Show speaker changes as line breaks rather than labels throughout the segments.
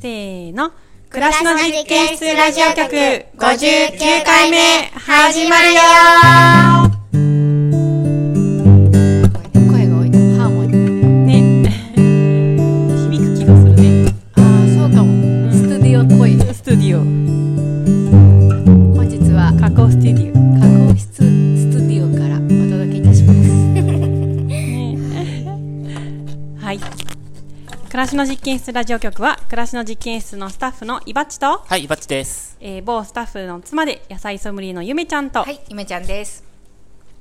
せーの。暮らしの実験室ラジオ局59回目始まるよ
声が多いなハーモニー
ね。 響く気がするね。
ああそうかも、
ん
スタディオっぽい
スタディ
本日は
オ。加工スタディオ。
加工室スタディオからお届けいたします
はい。暮らしの実験室ラジオ局は、暮らしの実験室のスタッフのイバッチと、
はい、バッチです。
えー某スタッフの妻で野菜ソムリエのゆめちゃんと、
はいゆめちゃんです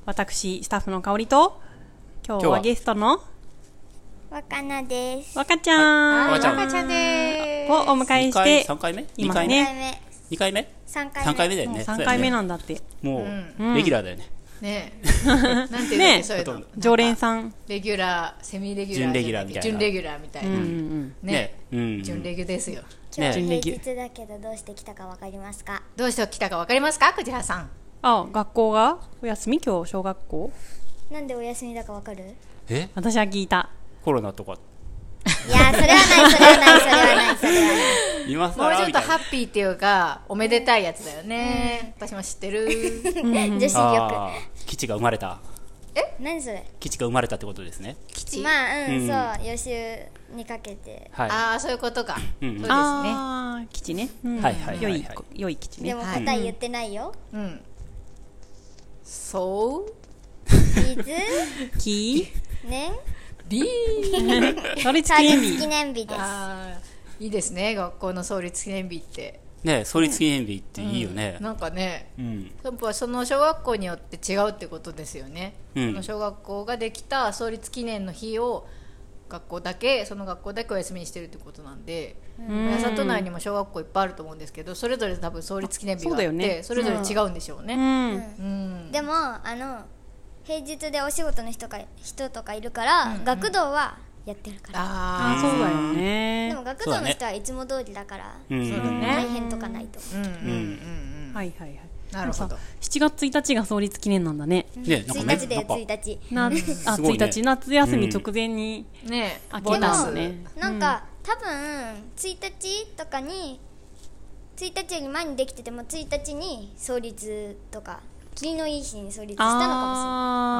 私、スタッフの香りと、今日
今日
は
は
ゲストの
わかなです。
若ちゃん
い
赤
赤
ち
ち
ゃ
ゃ
ん
ん
です
をお迎えして、
三回目
今ね
二回
二
目
回目、
二回目
三回目。
三回目だよね。
3回目
の。
なんだって。
も
ん
う、レギュラーだよね。
ねえなんていうの、
ねえ
そういうの
常連さん。
レギュラーセミレギュラー
準レギュラーみたいな
準レギュラーみたいな、
うんうん。
ね
ねうん
準レギュですよ
今日
ね
平日だけどどうして来たかわかりますか。
どうして来たかわかりますかクジラさん
あ、学校がお休み今日、小学校
なんでお休みだかわかる？い
え
私は聞いた。
コロナとか。
やーそれはないそれはないそれはないそれはない。
今
もうち
更
ょっ
み
と
たい
ハ
な。
ッピーっていうかおめでたいやつだよね、私も知って る
女子力。
あー基地が生まれた。
何それ？
基地が生まれたってことですね。
基地、
まあうん、
うん
そう予習にかけて。
はい。
ああそういうことか、
うん
そうですね
ああ、基地ね。うん
はいはいはい
良
はい
い、良い基地
で
ね
も。
はい
答え言ってないよ。
うんそ
い
う
つ
き
年
リ ー
それつ
創
き
立
日
記念日です。
あーいいですね学校の創立記念日って
ね創立記念日っていいよね。
なんかね
うん。
やっぱその小学校によって違うってことですよね、
うん
その小学校ができた創立記念の日を学校だけその学校だけお休みにしてるってことなんで宮里内にも小学校いっぱいあると思うんですけどそれぞれ多分創立記念日があっ
あ
て
そ
そ,、
うだよね
れぞれ違うんでしょう
う
ね、
ん。
うん
でもあの平日でお仕事の人か人とかいるから、学童はやってるから。
あ
あー、そうだよね
でも。学童の人はいつも通りだから、
うん
あそうだ
大
ね
変とかないと思う。
うんうんうんうん
はいはいはい。
なるほど
7月1日が創立記念なんだね。
ねなんかね
1日で
なんか
1日
なあ、
すごいね
1日、夏休み直前に。
ねえ
あ
ボーナ
でも
スね
なんか、多分1日とかに1日より前にできてても1日に創立とか霧のいい日に創立したのか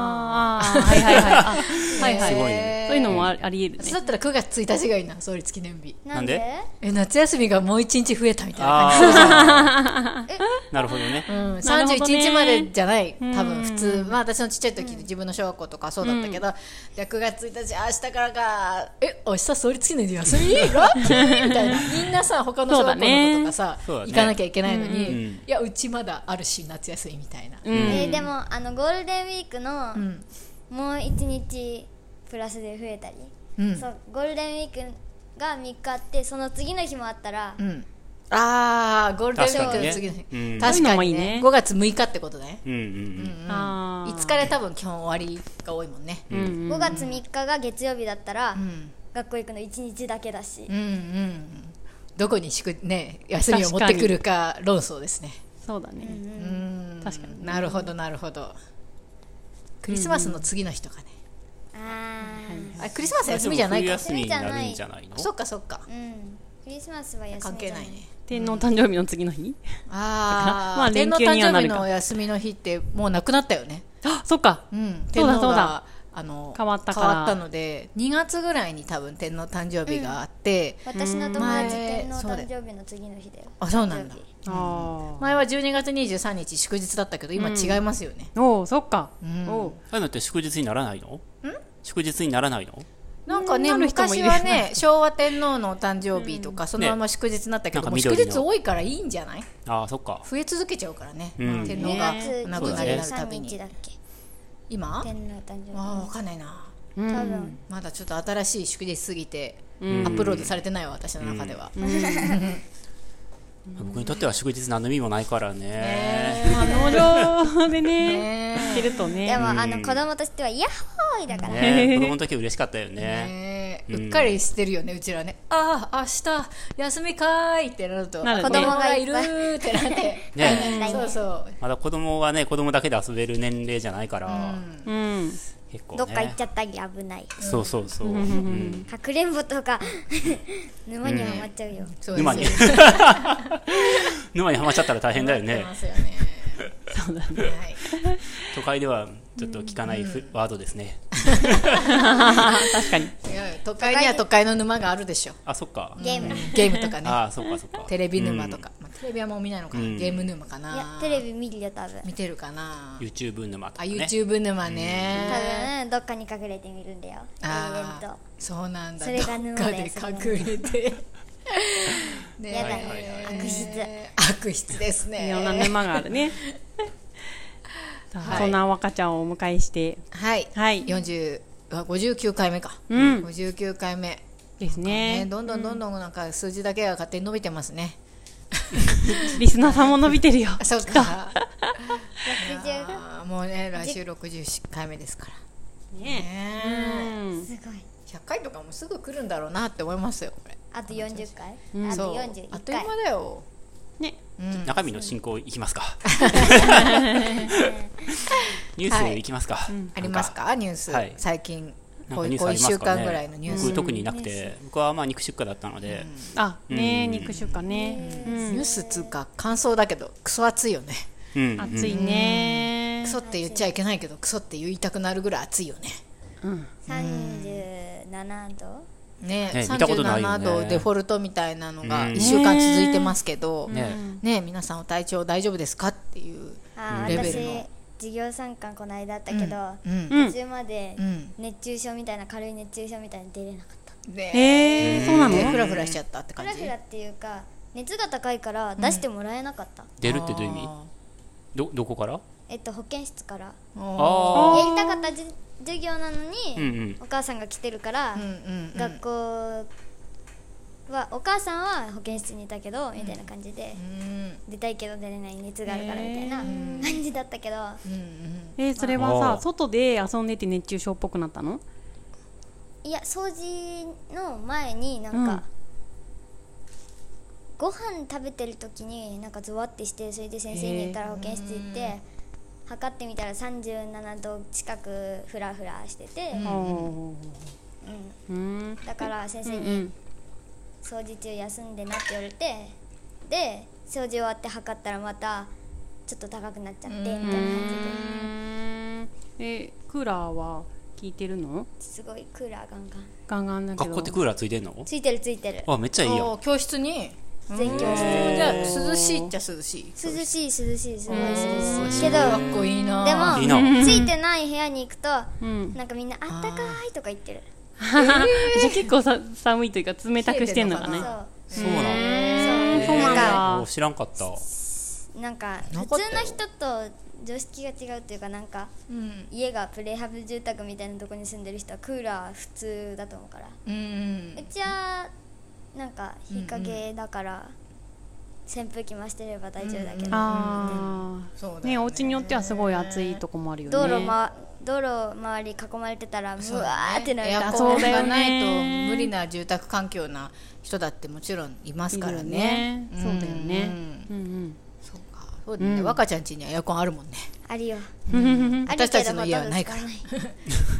あーあー、はいはいはい。あはいはい。
すごい
そ
ね
ういうのもあり得る
私
ね。
だったら9月1日がいいな創立記念
も
日
しれないなんで
な
え夏休みがもう1日増えたみたいな感じ
ああ。 なるほどね。
うん、
なるほ
31
どね
日までじゃない、多分普通、まあ、私のちっちゃい時、自分の小学校とかそうだったけど、じゃあ9月1日、あ明日からか、え、明日創立記念で休 みラッキーみたいな、みんなさ、他の小学校の子とかさ、
そうだね
行かなきゃいけないのに、
うんうん
いや、うちまだあるし、夏休みみたいな。
う
えー
ん。
でもあのゴールデンウィークの
うん
もう1日プラスで増えたり、
うん
そうゴールデンウィークが3日あってその次の日もあったら、
うんあー、ゴールデンウィークの次の日
確かにねうん
確
そういうの
か
もい
に
い
ね
ね、
5月6日ってことだね。
うんうん
あー
5日で多分基本終わりが多いもんね。うん
5月3日が月曜日だったら、
うん
学校行くの1日だけだし、
うんうん、どこに宿、ね、休みを持ってくるか論争ですね
そうだね。
うん
確かに
なるほどなるほどクリスマスの次の日とかね、
あ
あれクリスマス
うん。
休みじゃない
冬
か
休みになるんじゃないの
そっかそっか
ーうんクリスマスは休みじゃない
関係ないね
天皇誕生日の次の日
あー、
まあ
天皇
連休には
誕
な
生
る
日
か
のお休みの日ってもうなくなったよね、
あ、そっか。
うん、
そう
天
だ
皇
そう
が
だ
あの
変わったから
変わったので2月ぐらいに多分天皇誕生日があって、
私の友達
うん
天皇
前そうだ
誕
よ
生日の次の日だよ
あそうなんだ
誕生日
あ
前は12月23日祝日だったけど今違いますよね、
あ。おお、そっか。おう
そういうのって祝日にならないの祝日にならないの
なんかね
なる人もい
昔
る
はね昭和天皇のお誕生日とか、そのまま祝日になったけど、
ねなん
も
か
う祝
緑の
日多いからいいんじゃない
ああ、そっか。
増え続けちゃうからね、
うん
天皇が
9
お亡くなりになるた
23
びに、
日だっけ
今
天皇誕生日
あ分かんないな
多分
まだちょっと新しい祝日すぎて、アップロードされてないわ私の中では、
僕にとっては祝日何の意味もないからね。
まあ、農場でね、
ね
行けると
で
ね。
もあの子供としてはヤッホーイだから
ね子供の時嬉しかったよ
え
ね。
ねえうっかりしてるよねうちらねああ明日休みかーいってなると
なるね
子供がいるーってな って
ね
来年
そうそう
まだ子供はね、子供だけで遊べる年齢じゃないから、
うん。
結構ね
どっか行っちゃったり危ない
そうそうそう、うん、
かくれんぼとか 沼にはまっちゃうよ、
そう
沼
で
に
すよ
沼にはまっちゃったら大変だよ
困っ
ね
てますよねそうだね、はい
都会ではちょっと聞かないふ、ワードですね
確かに。
違うよ 都会には都会の沼があるでしょ
あそっか、
ゲーム
ゲームとかね
ああそっかそっか
テレビ沼と、か、まあ、テレビはもう見ないのかな、
うん
ゲーム沼か
いや
な
テレビ見るよ多分
見てるかな
うん YouTube 沼と
あ
か、ね、
YouTube 沼
多
ね、
分どっかに隠れて見るんだよ永
あ
遠
あ
と
そうなんだ
それが
どっ
沼
か
だ
で
よ
隠れて ね
やだ
はいはい
ね悪質
悪質ですね
いろんな沼があるね。さ
は
あ
い
そんな若ちゃんをお迎えして、
はい、
はい
40あ59回目か、
うん
59回目
です
ね
ね。
どんどんどんどんなんか数字だけが勝手に伸びてますね、
リスナーさんも伸びてるよ。
あそうか
60
あーもうね来週60回目ですか
ね。
らね
う
え
ん。
すごい
100回とかもすぐ来るんだろうなって思いますよこれ
あと40回、
ん
あ
そ
と
うあっ
41
という
回
間だよ
ね。
うん
中身の進行いき ますかニュースいきますか、なんか
ありますかニュース、
はい
最近
なん
こ
か
う
ニュース
こう
あ
1
ります
週
かね
間ぐらいのニュース、
僕特になくて僕はまあ肉出荷だったので、
あ、ね
うん
肉出荷ね。
ニュースっつうか感想だけどクソ暑いよね
うんうん
暑いね
ク。ソって言っちゃいけないけどクソって言いたくなるぐらい暑いよね
うん。
37度
ね
ね見たことないよ
37
ね
度デフォルトみたいなのが
うん
1週間続いてますけど、ね
ね、
皆さんお体調大丈夫ですかっていう、
あ
レ
ー
ベル
私
の
授業参観この間あったけど、
うん
うん
途中まで
うん
熱中症みたいな軽い熱中症みたいに出れなかった
ね
へえ、そうなの
でフラフラしちゃったって
フ
感
ラ
じ
フラっていうか熱が高いから出してもらえなかった、
出るってどういう意味どどこから
えっと保健室から
あ
ああ
ー
やりたかったじ授業なのに、
うんうん
お母さんが来てるから、
ーうんうんうん
学校はお母さんは保健室にいたけどみたいな感じで、
うん
出たいけど出れない熱があるからみたいな感じだったけど、
うんうん
えー、それは
あ
さ、
ー
外で遊んでて熱中症っぽくなったの
いや掃除の前になんか、
うん
ご飯食べてる時になんかゾワってしてそれで先生に言ったら保健室行って測ってみたら37度近くフラフラしてて、
あーうん。
だから先
う
生に
ん。
掃除中休んでなって言われてで掃除終わって測ったらまたちょっと高くなっちゃってみたいな感
うーんえ、クーラーは効いてるの
じですごいクーラーガンガン
ガンガンだけ
学
ど。
校ってクーラーついてんの
ついてるついてる
あめっちゃいいや
お
ん
ー教室に
全教室
じゃあ涼しいっちゃ涼しい
涼しい涼しいすごい涼しいけ
けど
ど
学校いいな
で
いいな
もついてない部屋に行くと
うん。
なんかみんな「あったかい」とか言ってる
じゃあ結構さ寒いというか冷たくしてんのか
冷
そ
え
ね
てんのか。
そうなんだ
うそうか
そうなのお知らんかった
なんか
な
普
かった
通
よ
の人と常識が違うっていうかなんか
うん
家がプレハブ住宅みたいなとこに住んでる人はクーラー普通だと思うから
うんうん
うちはなんか日陰だから扇風機回してれば大丈夫だけど
ああ
そうだよ
ねお家によってはすごい暑いとこもあるよね
道路ま道路周り囲まれてたらうわーってなる
エ
から
アコンがないと無理な住宅環境な人だってもちろんいますからね
いるよねそうだよね
うん
うん
そうかそうだよね若ちゃん家にはエアコンあるもんね
あるよ
うん、
ある
私たちの家はないから
けどほとんど使わ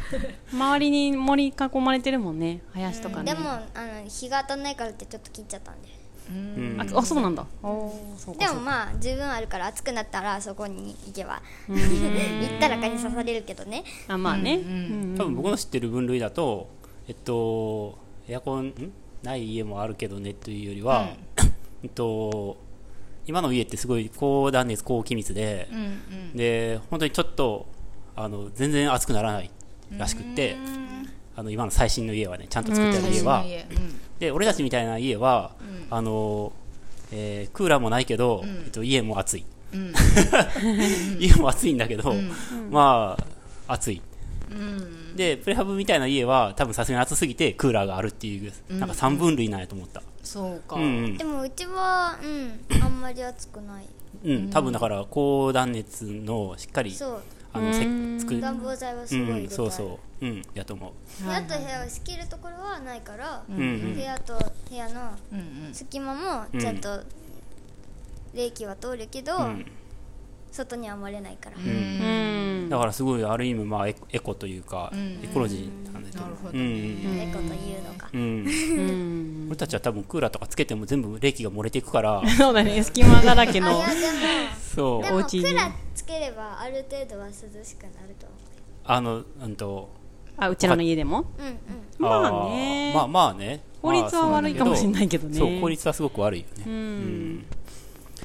周りに森囲まれてるもんね林とかね、
でもあの日が当たんないからってちょっと切っちゃったんで
うん
ああそうなんだおーそうか
で
そう
も
か
まあ十分あるから暑くなったらそこに行けば 行ったら蚊に刺されるけどね
あまあね、うん
多分僕の知ってる分類だとえっとエアコンんない家もあるけどねというよりは、 えっと今の家ってすごい高断熱高気密で、
うんうん
で本当にちょっとあの全然暑くならないらしくって、あの今の最新の家はねちゃんと作ってある家は、
最新の家
で俺たちみたいな家は、あのえークーラーもないけど、えっと、家も暑い、 家も暑いんだけど、まあ暑い、でプレハブみたいな家は多分さすがに暑すぎてクーラーがあるっていう、なんか3分類なんやと思った、
そうか
うんうん
でもうちはうんあんまり暑くない
うん、多分だから高断熱のしっかり
そう
あのせ作る、
暖房剤はす
う
ごい入れ
ん、
たい
そうそう、うん、やと思う
部屋と部屋を仕切るところはないから、
ん
部屋と部屋の
うんうん
隙間もちゃんと冷気は通るけど、
うん
外には生まれないから、
うん
だからすごいある意味まあエコエコというか、エコロジーなんだけど
なるほどね
うん
エコというのか、
うんうん
うん
俺たちは多分クーラーとかつけても全部冷気が漏れていくから
そうだね隙間だらけ
あい
の
やで
そ
もで
う
お
もク
家に
ーラーつければある程度は涼しくなると思
あのうんと
あうちらの家でも
う、うんうん、
まあね
ーまあまあね
効率は悪いかもしれないけどね
まあそうなんだけそう効率はすごく悪いよね
うん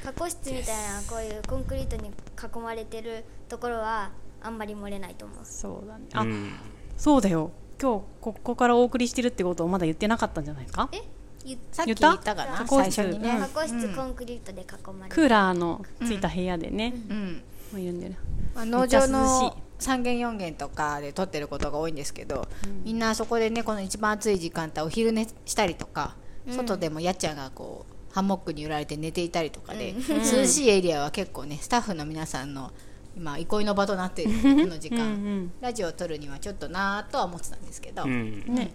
加工室みたいなこういうコンクリートに囲まれてるところはあんまり漏れないと思う
そうだね
う
あ
ん
そうだよ今日ここからお送りしてるってことをまだ言ってなかったんじゃないですか
えゆ
さっき言ったか
言った
な最初にね
加工室コンクリートで囲まれて
ク
る、
ーラーのついた部屋でね、
うん
もういるんだよね
まあ、
めっ
農
ちゃ涼
場
しい
の3軒4軒とかで撮ってることが多いんですけど、みんなそこでねこの一番暑い時間帯お昼寝したりとか、外でもやっちゃんがこうハンモックに揺られて寝ていたりとかで、涼しいエリアは結構ねスタッフの皆さんの今憩いの場となっているこの時間
ん
ラジオを撮るにはちょっとなぁとは思ってたんですけど、
うん
ね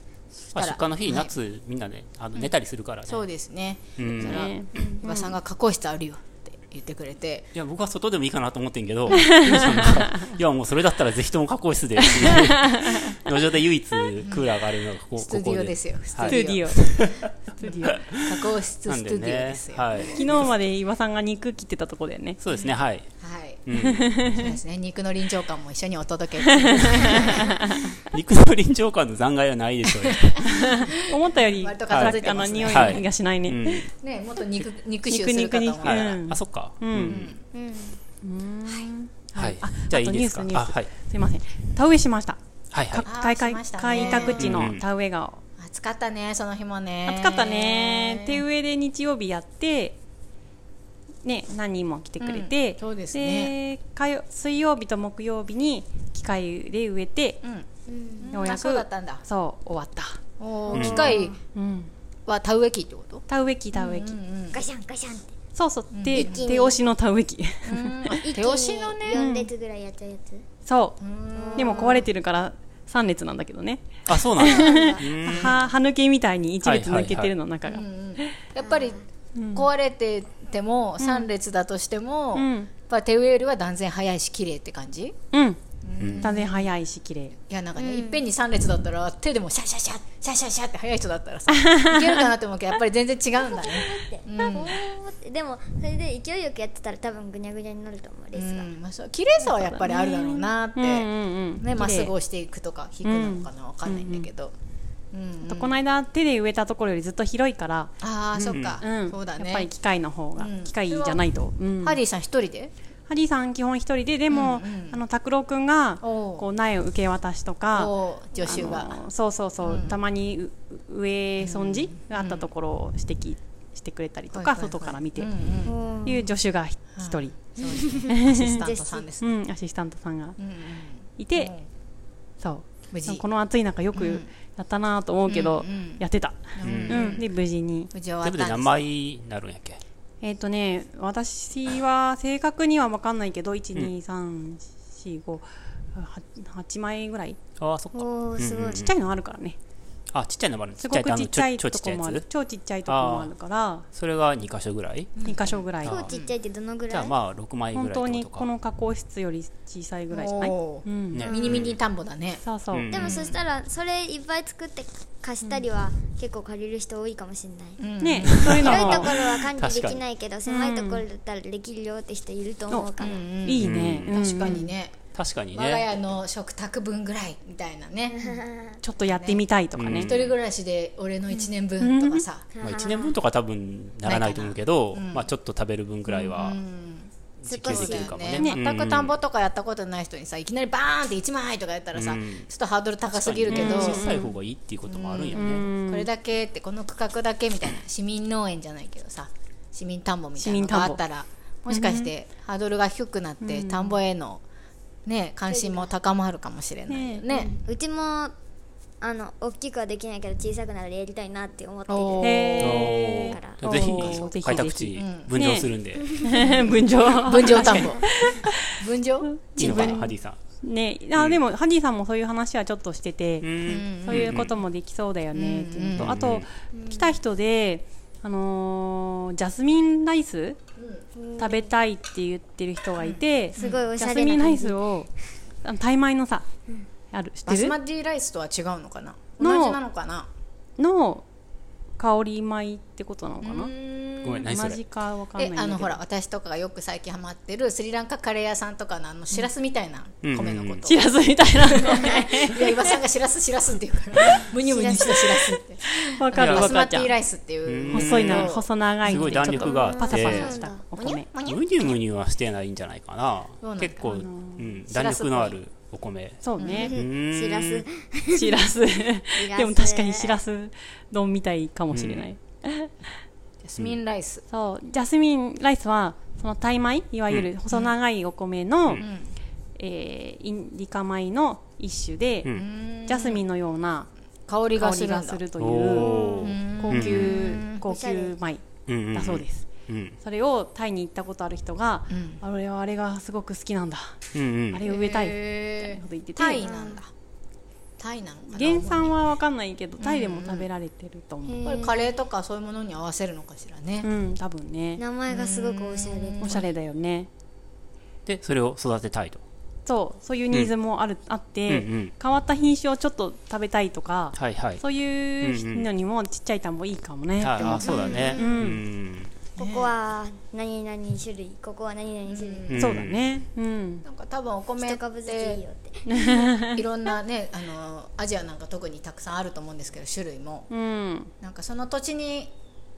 まあ出荷の日
はい
夏みんなねあの寝たりするからね
そうですね、
うん
そしたら
ね
おばさんが加工室あるよって言ってくれて。
いや僕は外でもいいかなと思ってんけど ゆうさんがいやもうそれだったらぜひとも加工室で路上で唯一クーラーがあるのがここ
スタ
こ
ジ
こ
オ
で
ですよ、ス
は
タ
ス
い
トゥ
ジ
ディ
オ
オストゥディオ
加工室
な
ス
ん
タジ
で
オ
ね
ですよ、
はい
昨日まで岩さんが肉切ってたとこだ よね
そうですねはい
はい、
うん
そうですね。肉の臨場感も一緒にお 届けして。
肉の臨場感の残骸はないでしょうよ
思ったより
割と片付いて
あの
ますね
匂いがしないね、
うん
ね、もっと肉肉臭するかと思う
肉
か
は
肉
ら。
いあそっかうん
うん、
はい
あ
じゃあ
あ
い
と
い
ニュ
で
ー
す
ス
か
ニュー
あ
ス、
はい
すいません田植えしました
はいはい
あー
開開
しましたね
開拓地の田植えが
暑かったね、その日もね。
暑かったね手植えで日曜日やってね何人も来てくれて、
うんそうですね
で火曜水曜日と木曜日に機械で植えて
う、ん。
うん、
ようや
あ
く
そうだったんだ。
そう終わった、
おー機械
うん、
は田植え機ってこと？
田植え機田植え機、
うん うん。
ガシャンガシャンって
そうそう、で
気に
手押しの田植え機
一気
手押しのね
に4列ぐらいやっちゃうやつ、
そう
うん
でも壊れてるから3列なんだけどね、
あそうなんだ
は歯抜けみたいに1列抜けてるの中が、
うんうんやっぱり壊れてても三列だとしても、
うん
やっぱ手植えよりは断然早いし綺麗って感じ？
うん、断然早いし綺麗
いやなんかね、いっぺんに3列だったら手でもシャシャシャシャシャシャって速い人だった らさいけるかなって思うけどやっぱり全然違うんだね、
って
うん
おーってでもそれで勢いよくやってたら多分ぐにゃぐにゃになると思うレー
う
スが、
んまあ、そう綺麗さはやっぱりあるだろうなって、
うんうんうん
ねまっ
綺麗
すぐ押していくとか引くのかなわかんないんだけど、うんうん
とこの間手で植えたところよりずっと広いから、
ああ、そっか、
うん
そうだね
やっぱり機械の方が、
うん
機械じゃないと、うん
ハリーさん一人で
ハリーさん基本一人ででも、
うんうん
あの拓郎くんが
おう
こう苗を受け渡しとか
こう助手
あ
が
のそうそうそう、たまにう植え損じがあったところを指摘してくれたりとか、
はいはいはい
外から見て、
うん
うん
いう助手が一人、
そうですねアシスタントさんです
う
ね、
んアシスタントさんが
うんうん
いて、
うん
そう
無事
この暑い中よくやったなと思うけど、
うんうん
やってた、
う
うんんで無事に
無事終わった
全
んで
部です何枚になるんやっけ
えっ、とね私は正確には分かんないけど1234588枚ぐらい
あそっか
おーすごい、
ちっちゃいのあるからね
あちっちゃいのもあるんです
すごくちっちゃい
ちょ
と
ちっちゃ
こ
い
もあ
や
る
つ
超ちっちゃいとこもあるから
それが2箇所ぐらい
2箇所ぐらい
超ちっちゃいってどのぐ
じゃ
ら
あ
い、
まあ6枚ぐ
本
らいってこ
当に
とか
この加工室より小さいぐらいじゃない、
おー
うん
ね
ミニミニ田んぼだね、
そうそう、
うん
でもそしたらそれいっぱい作って貸したりは結構借りる人多いかもしれない、
うん
ねそういうの
広いと
も
ころは管理できないけど狭いところだったらできるよって人いると思うから、
いいね、うん
確かにね、
確かに
我が
ね
家の食卓分ぐらいみたいなね
ちょっとやってみたいとかね
一人暮らしで俺の1年分とかさ、
まあ1年分とか多分ならないと思うけどまあちょっと食べる分ぐらいは自給できるかもね
そうだよ
うん
全く田んぼとかやったことない人にさいきなりバーンって1枚とかやったらさ、
うん
ちょっとハードル高すぎるけど、
小さい方がいいっていうこともあるんやね
これだけってこの区画だけみたいな市民農園じゃないけどさ市民田んぼみたいなのがあったらもしかしてハードルが低くなって、田んぼへの、ね、関心も高まるかもしれないよね。
うちもあの大きくはできないけど小さくなるやりたいなって思って
お
る
ー
へー
おーぜ
おーぜ
ひ
ひ
開拓
ぜ
地分譲するんで
ひ 分譲
分譲田んぼ分譲
いいのかなハディさん
ねあでもハディさんもそういう話はちょっとしてて、
うん
そういうこともできそうだよねっていうのと、
うん
あと、来た人であのージャスミンライス
うん
食べたいって言ってる人がいて、
すごいおし
ジ
ゃ
ャ
れ
スミンラ
な感
イ
じ
スをあのタイ米のさ、ある知
バ
って
ス
る
マティライスとは違うのかな同
の
じなのかな
の香り米ってことなのかな
ごめん、何そ
同
れ
じかわかんない
え
んだけど
あのほら私とかがよく最近ハマってるスリランカカレー屋さんとかのあのしらすみたいな
うん
米のこと、
チラスみたい な
いや岩さんがしらすしらすって言うからむにゅむにゅしたしらすって
わかる
バ
わ
ス
か
マ
るじ
テ
ゃん
ィライスっていう
細いな
うん
細長い
す
の
ご
で
い
ちょっ
弾
と
力があって
パサパサしたお米
むにゅ
むにゅむにゅはしてないんじゃないか
そうな
なん
だ
結構、うん、
し
弾
らすっぽ
力
い
のあるお米
そうね
しらす
チラスでも確かにしらす丼みたいかもしれない、
ジャスミンライス、
そうジャスミンライスはそのタイ米いわゆる細長いお米の、
うん
えーインディカ米の一種で、
うん
ジャスミンのような
香り
香
がす
り
るんだ
がするという
おー
高級高級米
うん
だそうです、
うん
それをタイに行ったことある人が、
ん
あれはあれがすごく好きなんだ、
うんうん
あれを植えたいみたい
へ
な
ー
こと言ってて
タイなんだタイなのかな
原産は分かんないけどタイでも食べられてると思う、
やっぱりカレーとかそういうものに合わせるのかしらね、
うん、多分ね
名前がすごくおしゃれ
おしゃれだよね
でそれを育てたいと
そうそういうニーズもある、あって、
うんうん
変わった品種をちょっと食べたいとか、
はいはい
そういうのにもちっちゃい田んぼいいかもねって
あ
思
あ
っ
そうだねうん、
ここは何々種類ここは何々種類、
う
た
ん
そうだねうん
なんか多分お米
一
っ
株ずついい
て
よって
いろんなね あのアジアなんか特にたくさんあると思うんですけど種類も
うん
なんかその土地に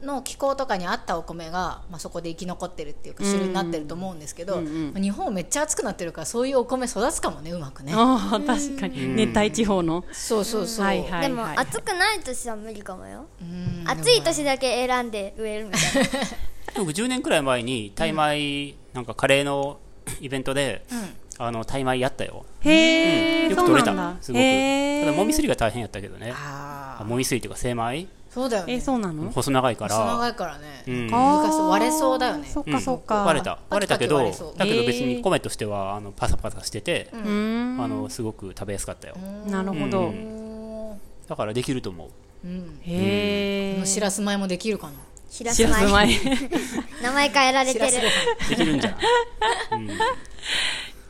の気候とかに合ったお米が、まあ、そこで生き残ってるっていうか種類になってると思うんですけど、日本めっちゃ暑くなってるからそういうお米育つかもねうまくね
ああ確かに熱帯地方の
そうそうそう、
はいはい
でも暑くない年は無理かもよ
うん
暑い年だけ選んで植えるみたいな
僕10年くらい前にタイ米なんかカレーの イベントで、あのタイ米やったよ、
へえ、
よく
そう
取れ
な
た
んだ
すごく
へ
ただもみす
り
りが大変やったけどね
あ
あもみすりというか精米
ーそうだよね
えそうなの
細長いから
細長いからね、
うん
難しそう割れそうだよね
そっ
うん
かそっか
割れた
パ
割れ
キパ
たけ
キ
ど
割れそう
だけど別
へ
に
ー
米としてはあのパサパサしてて、
うーん
あのすごく食べやすかったよ、
なるほど、
うんだからできると思う
うん
へ
こ
え
のしらす米もできるかな
しらす
しらす
米
米
名前変えられてる
しらす
できる んじゃない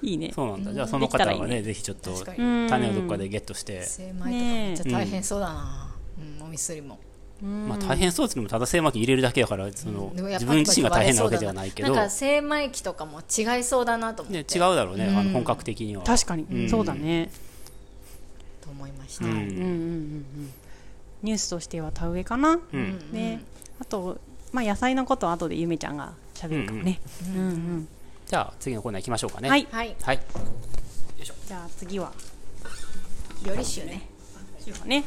いいね
そうなんだじゃあその
できた
方
ら
はい
いね
ねぜひちょっと
確か
に
種をどっかでゲットして、
精米とかめっちゃ大変そうだな、うんおみすりも
まあ大変そうですけどもただ精米機入れるだけやからその、
でもやっぱ
自分自身が大変なわけではないけど、
なんか
ね、
精米機とかも違いそうだなと思って、
違うだろうね、あの本格的には
確かに、そうだね
と思いました、
うん
うんうんうんうんニュースとしては田植えかな、
うん
ねあとまあ野菜のことは後でゆめちゃんがしゃべるかもね、うんうん
じゃあ次のコーナー行きましょうかね
はい
はい
はい
じゃあ次は
料理酒ね
次はね